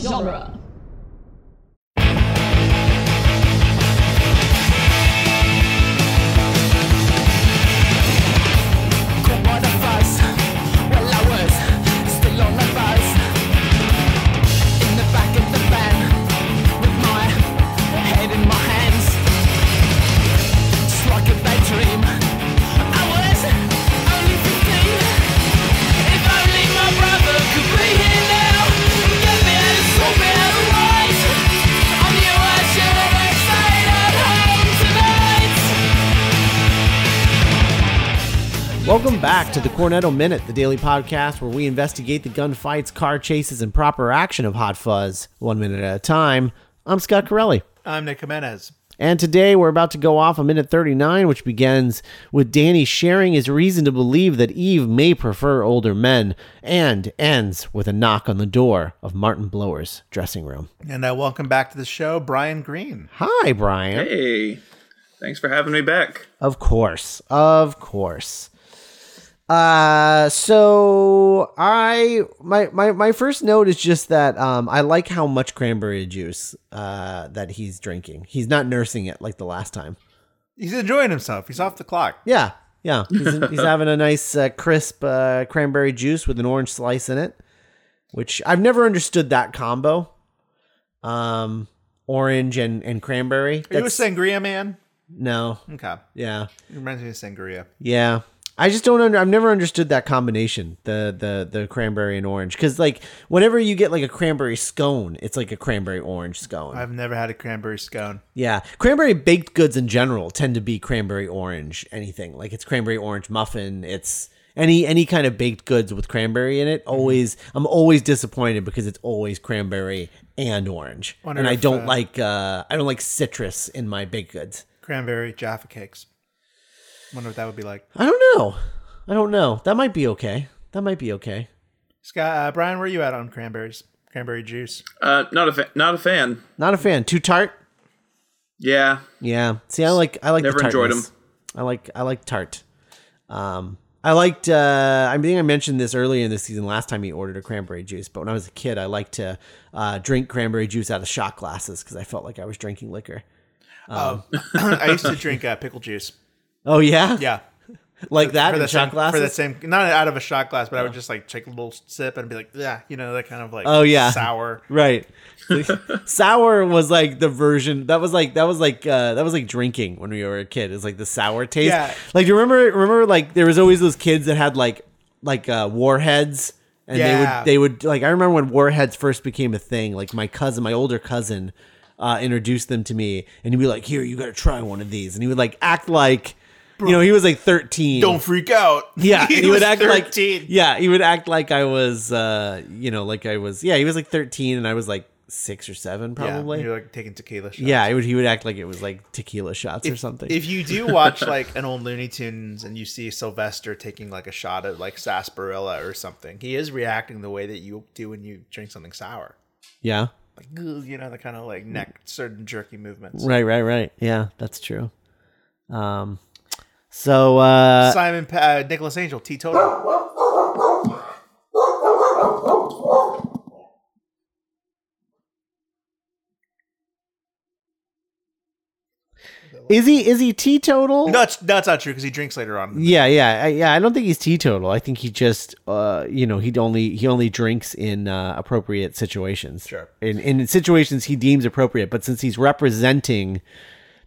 genre. Caught by the fuzz while I was still on the buzz. In the back of the van with my head in my hands. It's like a bad dream. I was only 15. If only my brother could be here now. Get me out and sort me out of ways. I knew I should have stayed at home tonight. Welcome back to the Cornetto Minute, the daily podcast where we investigate the gunfights, car chases, and proper action of Hot Fuzz, one minute at a time. I'm Scott Corelli. I'm Nick Jimenez. And today we're about to go off a minute 39, which begins with Danny sharing his reason to believe that Eve may prefer older men, and ends with a knock on the door of Martin Blower's dressing room. And uh, welcome back to the show, Brian Green. Hi, Brian. Hey, thanks for having me back. Of course. Of course. Uh so I my my my first note is just that um I like how much cranberry juice uh that he's drinking. He's not nursing it like the last time. He's enjoying himself. He's off the clock. Yeah. Yeah. He's, he's having a nice uh, crisp uh cranberry juice with an orange slice in it, which I've never understood that combo. Um orange and and cranberry. Are That's- you a sangria man? no. Okay. Yeah. Reminds me of sangria. Yeah. I just don't under, I've never understood that combination, the the the cranberry and orange cuz like whenever you get like a cranberry scone, it's like a cranberry orange scone. I've never had a cranberry scone. yeah. Cranberry baked goods in general tend to be cranberry orange anything. Like it's cranberry orange muffin, it's any any kind of baked goods with cranberry in Mm-hmm. it always I'm always disappointed because it's always cranberry and orange. Wonder and I if, don't uh, like uh I don't like citrus in my baked goods. Cranberry Jaffa cakes. Wonder what that would be like. I don't know. I don't know. That might be okay. That might be okay. Scott, uh, Brian, where you at on cranberries? Cranberry juice. Uh, not a fa- not a fan. Not a fan. Too tart. Yeah, Yeah. See, I like I like Never the enjoyed 'em. tartness. I like I like tart. Um, I liked. Uh, I think I mentioned this earlier in the season. Last time he ordered a cranberry juice, but when I was a kid, I liked to uh, drink cranberry juice out of shot glasses because I felt like I was drinking liquor. I used to drink uh, pickle juice. Oh yeah, Yeah. like that in the shot same, glasses. for that same, not out of a shot glass, but I would just like take a little sip and be like, yeah, you know, that kind of like, Oh, yeah. sour. Right. sour was like the version that was like that was like uh that was like drinking when we were a kid. It was like the sour taste. Yeah. Like do you remember remember like there was always those kids that had like like uh warheads and Yeah. they would they would like I remember when warheads first became a thing, like my cousin, my older cousin uh introduced them to me and he'd be like, "Here, you got to try one of these." And he would like act like you know, he was like 13. Don't freak out. Yeah, he, would was act like 13. yeah, he would act like I was, uh, you know, like I was. Yeah, he was like thirteen, and I was like six or seven, probably. Yeah, Yeah, you're like taking tequila shots. he would. He would act like it was like tequila shots or something. If you do watch like an old Looney Tunes and you see Sylvester taking like a shot of like sarsaparilla or something, he is reacting the way that you do when you drink something sour. yeah, Like, "Ugh," you know, the kind of like neck, certain jerky movements. right, right, right. Yeah, that's true. Um, so uh, Simon, Pa- uh, Nicholas Angel, teetotal. is he is he teetotal? No, it's, that's not true because he drinks later on. Yeah, yeah, I, yeah. I don't think he's teetotal. I think he just, uh, you know, he only he only drinks in uh, appropriate situations. Sure. In in situations he deems appropriate, but since he's representing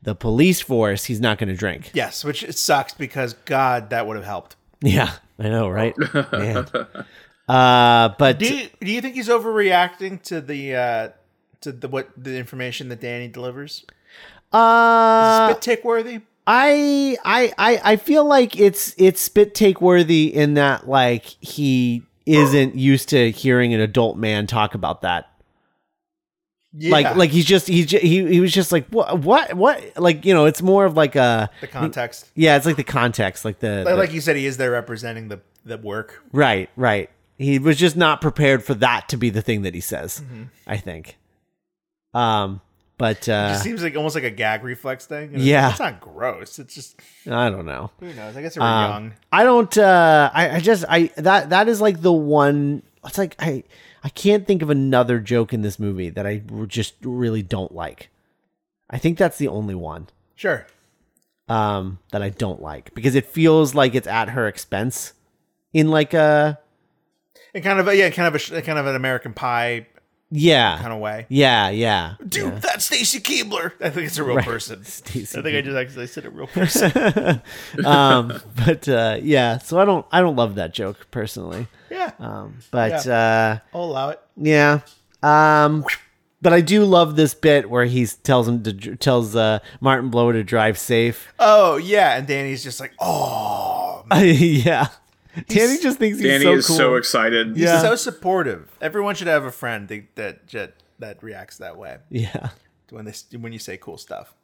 the police force, he's not going to drink. Yes, which it sucks because God, that would have helped. Yeah, I know, right? Man. Uh, but Do you, do you think he's overreacting to the uh, to the what the information that Danny delivers? uh, Spit tick worthy. I I I I feel like it's it's spit take worthy in that like he isn't used to hearing an adult man talk about that Yeah. like like he's just he ju- he he was just like what what what like you know it's more of like a the context. yeah it's like the context like the, Like, the- like you said, he is there representing the the work. right right he was just not prepared for that to be the thing that he says Mm-hmm. I think um but It uh just seems like almost like a gag reflex thing. And it's- Yeah. it's not gross. It's just I don't know who knows. I guess they were Um, young. I don't. Uh, I, I just. I that that is like the one it's like I I can't think of another joke in this movie that I r- just really don't like. I think that's the only one Sure. um, that I don't like because it feels like it's at her expense in like a And kind of a, yeah, kind of a sh- kind of an American Pie yeah kind of way. yeah yeah Dude, that's Stacy Keebler. I think it's a real Right. person. Stacey I think I just actually said a real person. um, but uh, yeah, so I don't I don't love that joke personally. yeah, Um, but uh, I'll allow it. yeah, um, but I do love this bit where he tells him to dr- tells uh, Martin Blower to drive safe. Oh yeah, and Danny's just like, oh, man. yeah, Danny just thinks he's Danny so is cool. so excited. Yeah. so supportive. Everyone should have a friend that that that, that reacts that way yeah. when this when you say cool stuff.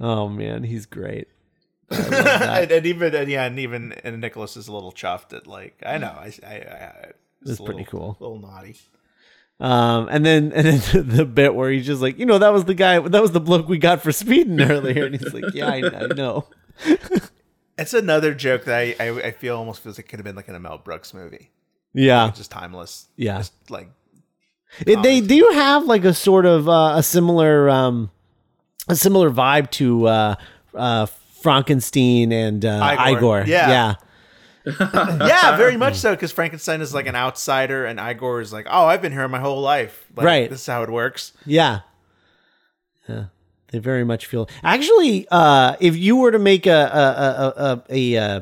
Oh man, he's great. and, and even and yeah, and even and Nicholas is a little chuffed at like I know I I, I it's That's a pretty cool. little- little naughty. Um, and then and then the, bit where he's just like, you know, that was the guy, that was the bloke we got for speeding earlier, and he's like, yeah, I, I know. It's another joke that I, I I feel almost feels like it could have been like in a Mel Brooks movie, Yeah, just timeless. Yeah. just like It, they do have like a sort of uh, a similar um, a similar vibe to uh, uh, Frankenstein and uh, Igor. Igor. Yeah. yeah, yeah, very much so because Frankenstein is like an outsider and Igor is like, oh, I've been here my whole life. Like, Right. this is how it works. yeah. Yeah. They very much feel. Actually, uh, if you were to make a a a, a, a uh,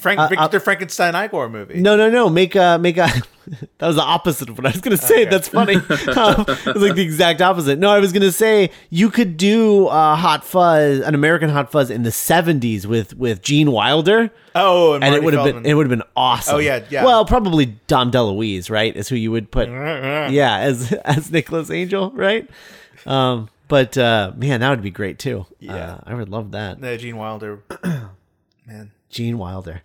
Frank Victor Frankenstein Igor movie. No, no, no. Make a make a. that was the opposite of what I was gonna say. That's funny. um, it was like the exact opposite. No, I was gonna say you could do uh, Hot Fuzz, an American Hot Fuzz in the '70s with with Gene Wilder, Oh, and, and Marty it would have been it would have been awesome. Oh, yeah, yeah. Well, probably Dom DeLuise, right? Is who you would put. yeah, as as Nicholas Angel, right? Um, but uh, man, that would be great too. Yeah. Uh, I would love that. No, Gene Wilder. Man, Gene Wilder.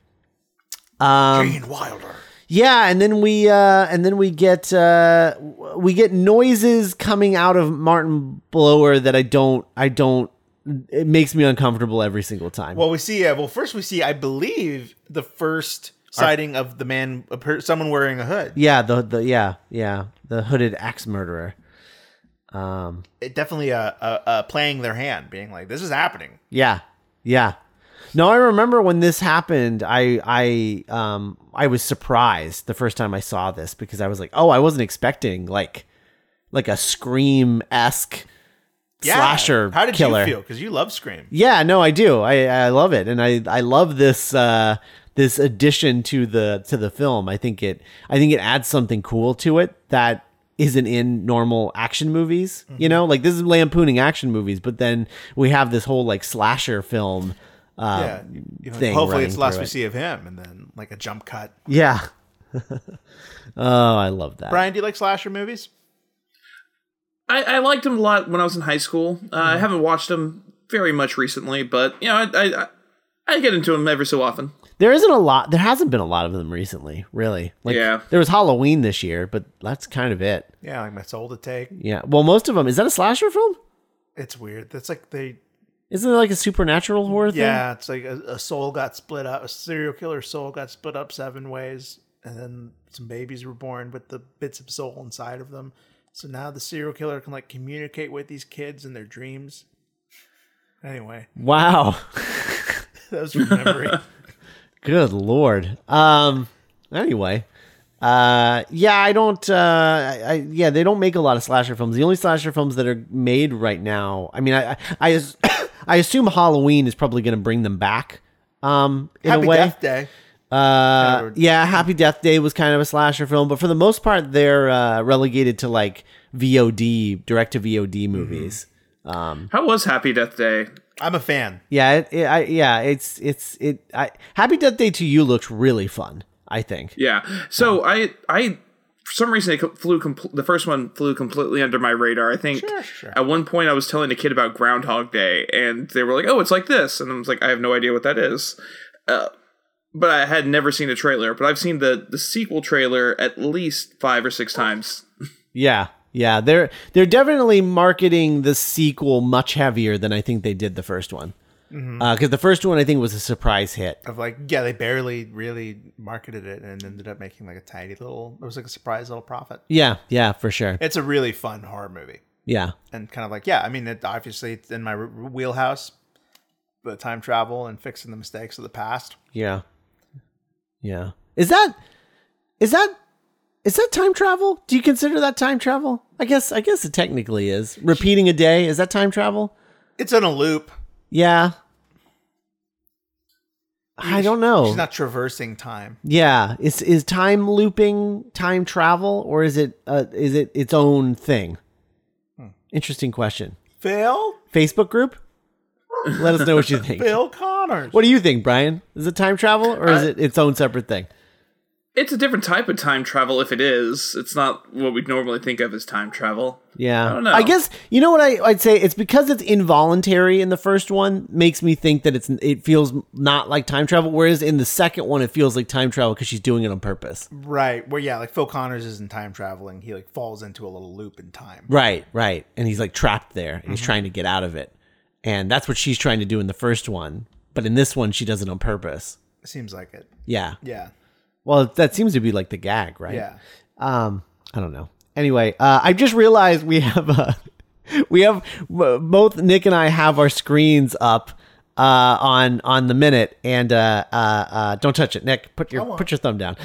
Um, Gene Wilder. Yeah, and then we uh, and then we get uh, w- we get noises coming out of Martin Blower that I don't I don't it makes me uncomfortable every single time. Well, we see. Yeah. Well, first we see, I believe, the first sighting of the man, a per, someone wearing a hood. yeah, the the yeah yeah the hooded axe murderer. It definitely uh, uh, uh, playing their hand, being like, "This is happening." Yeah, yeah. No, I remember when this happened. I I um I was surprised the first time I saw this because I was like, oh, I wasn't expecting like like a scream esque Yeah. slasher How did killer. you feel? Because you love Scream. Yeah, no, I do. I, I love it, and I I love this uh, this addition to the to the film. I think it I think it adds something cool to it that isn't in normal action movies. You know, like this is lampooning action movies, but then we have this whole like slasher film. Uh, yeah. You know, thing hopefully, running it's the last through we it. see of him, and then like a jump cut. yeah. oh, I love that. Brian, do you like slasher movies? I, I liked him a lot when I was in high school. Uh, I Mm. haven't watched him very much recently, but you know, I, I I- I get into him every so often. There isn't a lot. There hasn't been a lot of them recently, really. Like, Yeah. there was Halloween this year, but that's kind of it. Yeah, like my soul to take. Yeah. Well, most of them. Is that a slasher film? It's weird. That's like Hmm. they. Isn't it like a supernatural horror thing? Yeah, it's like a, a soul got split up. A serial killer soul got split up seven ways, and then some babies were born with the bits of soul inside of them. So now the serial killer can like communicate with these kids in their dreams. Anyway, Wow. that was from memory. Good lord. Um anyway. Uh yeah, I don't uh I, I yeah, they don't make a lot of slasher films. The only slasher films that are made right now. I mean, I I I, as- I assume Halloween is probably going to bring them back. Um in Happy a way. Death Day. Uh, Or- yeah, Happy Death Day was kind of a slasher film, but for the most part, they're uh, relegated to like VOD, direct to VOD Mm-hmm. movies. How was Happy Death Day? I'm a fan. Yeah, it, it, I, yeah, it's it's it. I, Happy Death Day to you looks really fun. I think. Yeah. So I I for some reason it co- flew compl- the first one flew completely under my radar. I think at one point I was telling a kid about Groundhog Day and they were like, "Oh, it's like this," and I was like, "I have no idea what that is." Uh, but I had never seen a trailer, but I've seen the the sequel trailer at least five or six times. Yeah. Yeah, they're they're definitely marketing the sequel much heavier than I think they did the first one. because the first one I think was a surprise hit. Of like, yeah, they barely really marketed it and ended up making like a tiny little. It was like a surprise little profit. Yeah, yeah, for sure. It's a really fun horror movie, Yeah, and kind of like, yeah, I mean, it, obviously it's in my r- wheelhouse, but time travel and fixing the mistakes of the past. yeah, yeah. Is that is that is that time travel? Do you consider that time travel? I guess I guess it technically is. Repeating a day is that time travel? It's in a loop. Yeah. I don't know. She's not traversing time. Yeah, is is time looping time travel or is it uh, is it its own thing? Hmm. Interesting question. Phil, Facebook group? Let us know what you think. Phil Connors. What do you think, Brian? Is it time travel or is it its own separate thing? It's a different type of time travel if it is. It's not what we'd normally think of as time travel. Yeah. I don't know. guess you know what I, I'd say. It's because it's involuntary in the first one makes me think that it's it feels not like time travel. Whereas in the second one, it feels like time travel because she's doing it on purpose. Right. Well, yeah, like Phil Connors isn't time traveling. He like falls into a little loop in time. Right, right. And he's like trapped there and he's trying to get out of it. And that's what she's trying to do in the first one. But in this one, she does it on purpose. Seems like it. Yeah. Yeah. Well, that seems to be like the gag, right? Yeah. Um, I don't know. Anyway, uh, I just realized we have uh we have w- both Nick and I have our screens up uh on on the minute and uh uh, uh don't touch it nick put your put your thumb down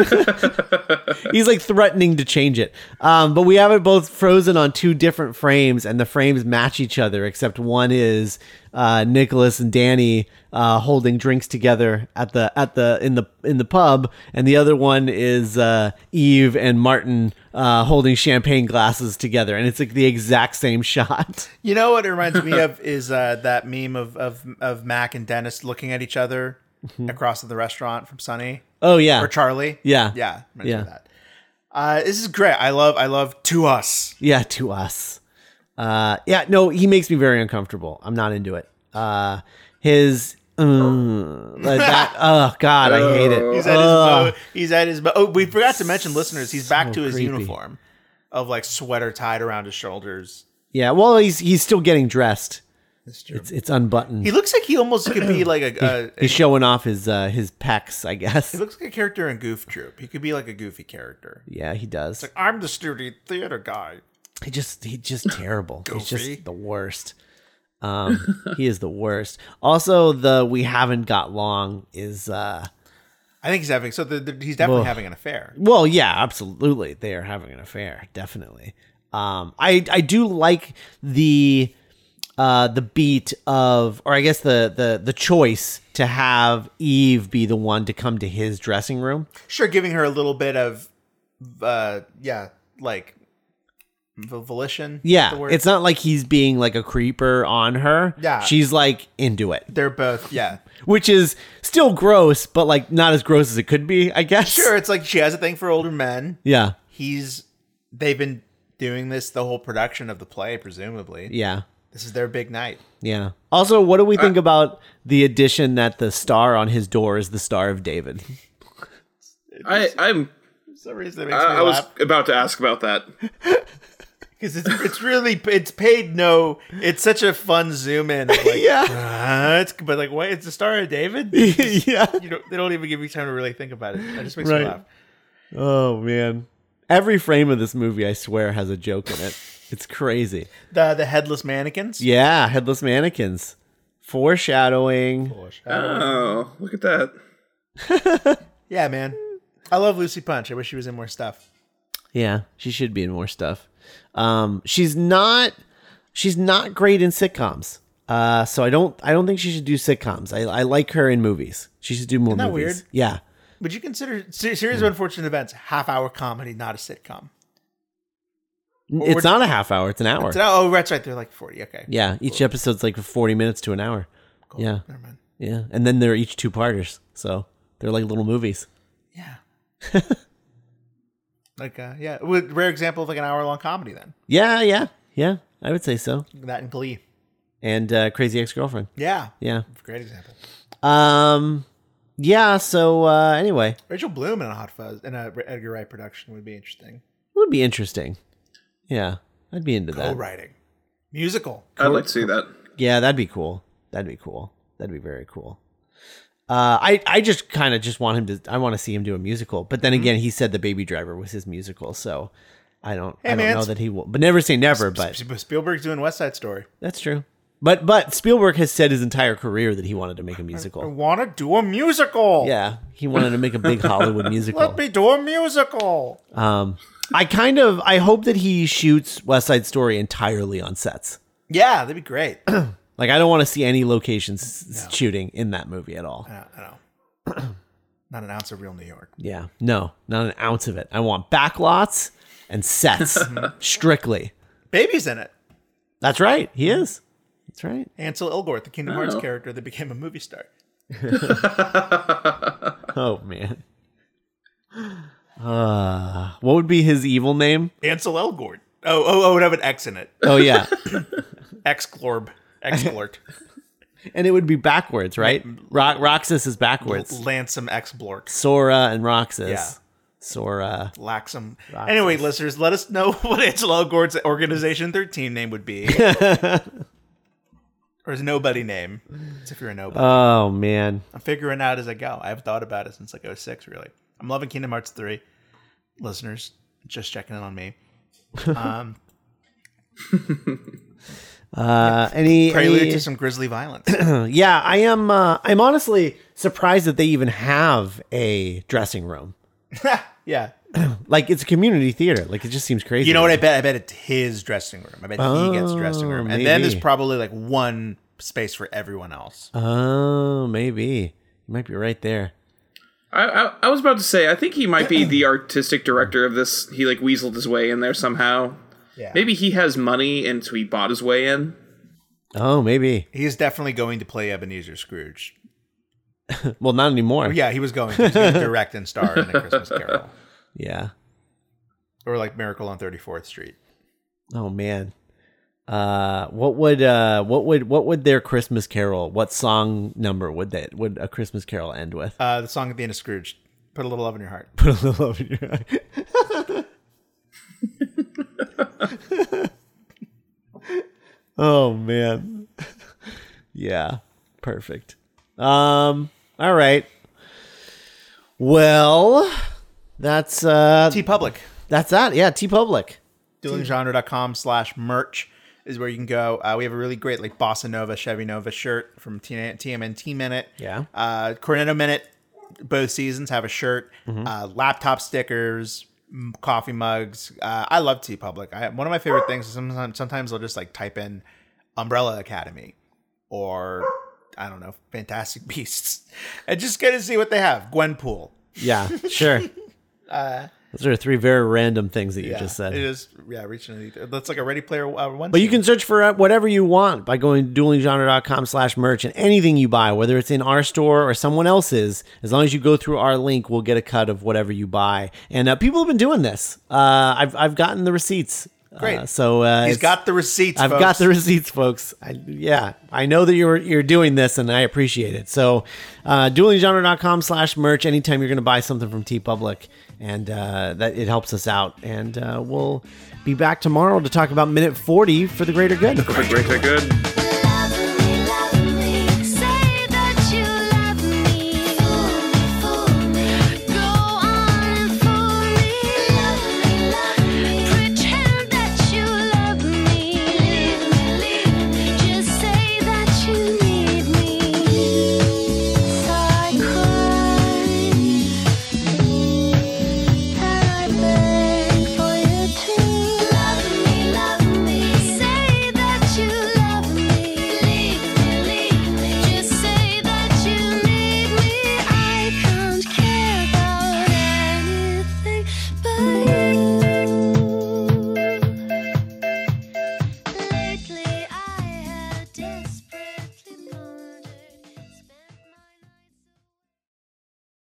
Uh, he's like threatening to change it um but we have it both frozen on two different frames and the frames match each other except one is uh nicholas and danny uh holding drinks together at the at the in the in the pub and the other one is uh eve and martin uh holding champagne glasses together and it's like the exact same shot You know what it reminds me of is uh, that meme of, of of Mac and Dennis looking at each other across the restaurant from Sunny oh yeah or Charlie. Mm-hmm. Yeah. Yeah. reminds me Yeah. of That. Uh, this is great. I love I love to us. Yeah, to us. Uh, yeah, no, he makes me very uncomfortable. I'm not into it. Uh, his mm, like that. Oh God, I hate it. Uh, He's at Ugh. his mo- he's at his mo- oh we forgot to mention listeners, he's back So to his creepy. uniform of like sweater tied around his shoulders. yeah, well, he's he's still getting dressed. It's true. It's it's unbuttoned. He looks like he almost could be like a, a he's showing off his uh, his pecs, I guess. He looks like a character in Goof Troop. He could be like a goofy character. Yeah, he does. I'm the studio theater guy. He just he's just terrible. he's Goofy. just the worst. Um, he is the worst. Also, the we haven't got long is uh, I think he's having so the, the- he's definitely Ugh. having an affair. Well, yeah, absolutely. They are having an affair, definitely. Um, I I do like the uh the beat of or I guess the the the choice to have Eve be the one to come to his dressing room. Sure, giving her a little bit of, uh, yeah, like v- volition. is Yeah, the word. it's not like he's being like a creeper on her. Yeah. she's like into it, they're both. Yeah, which is still gross, but like not as gross as it could be, I guess. sure. It's like she has a thing for older men. Yeah, He's they've been doing this the whole production of the play, presumably. yeah. This is their big night. Yeah. Also, what do Uh, we think about the addition that the star on his door is the star of David? I I'm For some reason, it I, makes me Uh, I was laugh. about to ask about that. because it's, it's really it's paid no it's such a fun zoom in of like, Yeah. "Ah, it's, but like what it's the star of david you yeah. don't, they don't even give you time to really think about it that just makes Right. me laugh Oh man. Every frame of this movie, I swear, has a joke in it. It's crazy. the the headless mannequins Yeah, headless mannequins. Foreshadowing. Gosh. Oh, look at that. yeah man i love lucy punch i wish she was in more stuff Yeah, she should be in more stuff. Um, she's not. She's not great in sitcoms. Uh, so I don't. I don't think she should do sitcoms. I, I like her in movies. She should do more that movies. weird? Yeah. would you consider Se- series of Hmm. unfortunate events half hour comedy not a sitcom It's not a half hour. It's an hour. It's an- oh that's right they're like 40 okay Yeah, each episode's like 40 minutes to an hour. Yeah. never mind Yeah. And then they're each two parters. So they're like little movies. yeah like uh yeah Would- rare example of like an hour long comedy then Yeah, yeah. Yeah. I would say so. that and glee And uh, Crazy Ex Girlfriend. yeah Yeah. great example Um yeah, so uh anyway, Rachel Bloom in a Hot Fuzz in a Edgar Wright production would be interesting. would be interesting. Yeah. I'd be into that. Co-writing, musical. I'd like to see that. Yeah, that'd be cool. That'd be cool. That'd be very cool. Uh, I I just kind of just want him to. I want to see him do a musical. But Mm-hmm. then again, he said the Baby Driver was his musical, so I don't. I Hey, don't man, know it's- that he will. But never say never. But Sp- Spielberg's doing West Side Story. that's true. But but Spielberg has said his entire career that he wanted to make a I musical. want to do a musical. Yeah, he wanted to make a big Hollywood musical. Let me do a musical. Um, I kind of I hope that he shoots West Side Story entirely on sets. Yeah, that'd be great. I Like I don't want to see any locations s shooting in that movie at all. don't know. Not an ounce of real New York. Yeah, no, not an ounce of it. I want back lots and sets strictly. Baby's in it. That's right. He is. That's right. Ansel Elgort, the Kingdom Hearts Oh. character that became a movie star. Oh man. Uh, what would be his evil name? Ansel Elgort. Oh, oh, oh, it have an X in it. Oh yeah, Exclorb. Exblort. and it would be backwards, right? Ro- Roxas is backwards. Lansome Exblort. Sora and Roxas. Yeah. Sora. Laxum. Anyway, listeners, let us know what Ansel Elgort's organization 13 name would be. or his nobody name. It's if you're a nobody. Oh man. I'm figuring out as I go. I haven't thought about it since like 06, really. I'm loving Kingdom Hearts 3. Listeners, just checking in on me. Um, Uh, any, prelude any to some grisly violence. yeah, I am. Uh, I'm honestly surprised that they even have a dressing room. yeah. Like it's a community theater. Like it just seems crazy. You know what I bet? I bet it's his dressing room. I bet he gets a dressing Oh, room. And then there's maybe. probably like one space for everyone else. Oh, maybe you might be right there. I, I I was about to say I think he might be the artistic director of this. He like weaseled his way in there somehow. Yeah. Maybe he has money and so he bought his way in. Oh, maybe. He's definitely going to play Ebenezer Scrooge. Well, not anymore. Yeah, he was going to, He was gonna direct and star in A Christmas Carol. Yeah. Or like Miracle on 34th Street. Oh man. Uh, what would uh, what would what would their Christmas Carol? What song number would that would a Christmas Carol end with? Uh, the song at the end of Scrooge. Put a little love in your heart. Put a little love in your eye. oh man. yeah. Perfect. Um. All right. Well, that's uh. T Public. that's that. Yeah. T Public. duelinggenre.com slash merch is where you can go. Uh, we have a really great like Bossa Nova, Chevy Nova shirt from T- TMNT Minute. Yeah. Uh, Cornetto Minute, both seasons have a shirt, Mm-hmm. uh, laptop stickers, m- coffee mugs. Uh, I love T Public. I, one of my favorite things is sometimes, sometimes I'll just like type in Umbrella Academy or I don't know, Fantastic Beasts and just get to see what they have. Gwenpool. Yeah. Sure. Those are three very random things that you Uh, Yeah, just said. It is, yeah, reaching. That's like a Ready Player uh, One. But you can search for uh, whatever you want by going to duelinggenre.com slash merch and anything you buy, whether it's in our store or someone else's, as long as you go through our link, we'll get a cut of whatever you buy. And uh, people have been doing this. Uh, I've, I've gotten the receipts. Uh, Great. so uh, He's it's- got the receipts. I've folks. got the receipts, folks. I, yeah, I know that you're you're doing this, and I appreciate it. So, uh, duelinggenre.com slash merch. Anytime you're going to buy something from T Public, and uh, that it helps us out. And uh, we'll be back tomorrow to talk about minute 40 for the greater good. Great, great, good.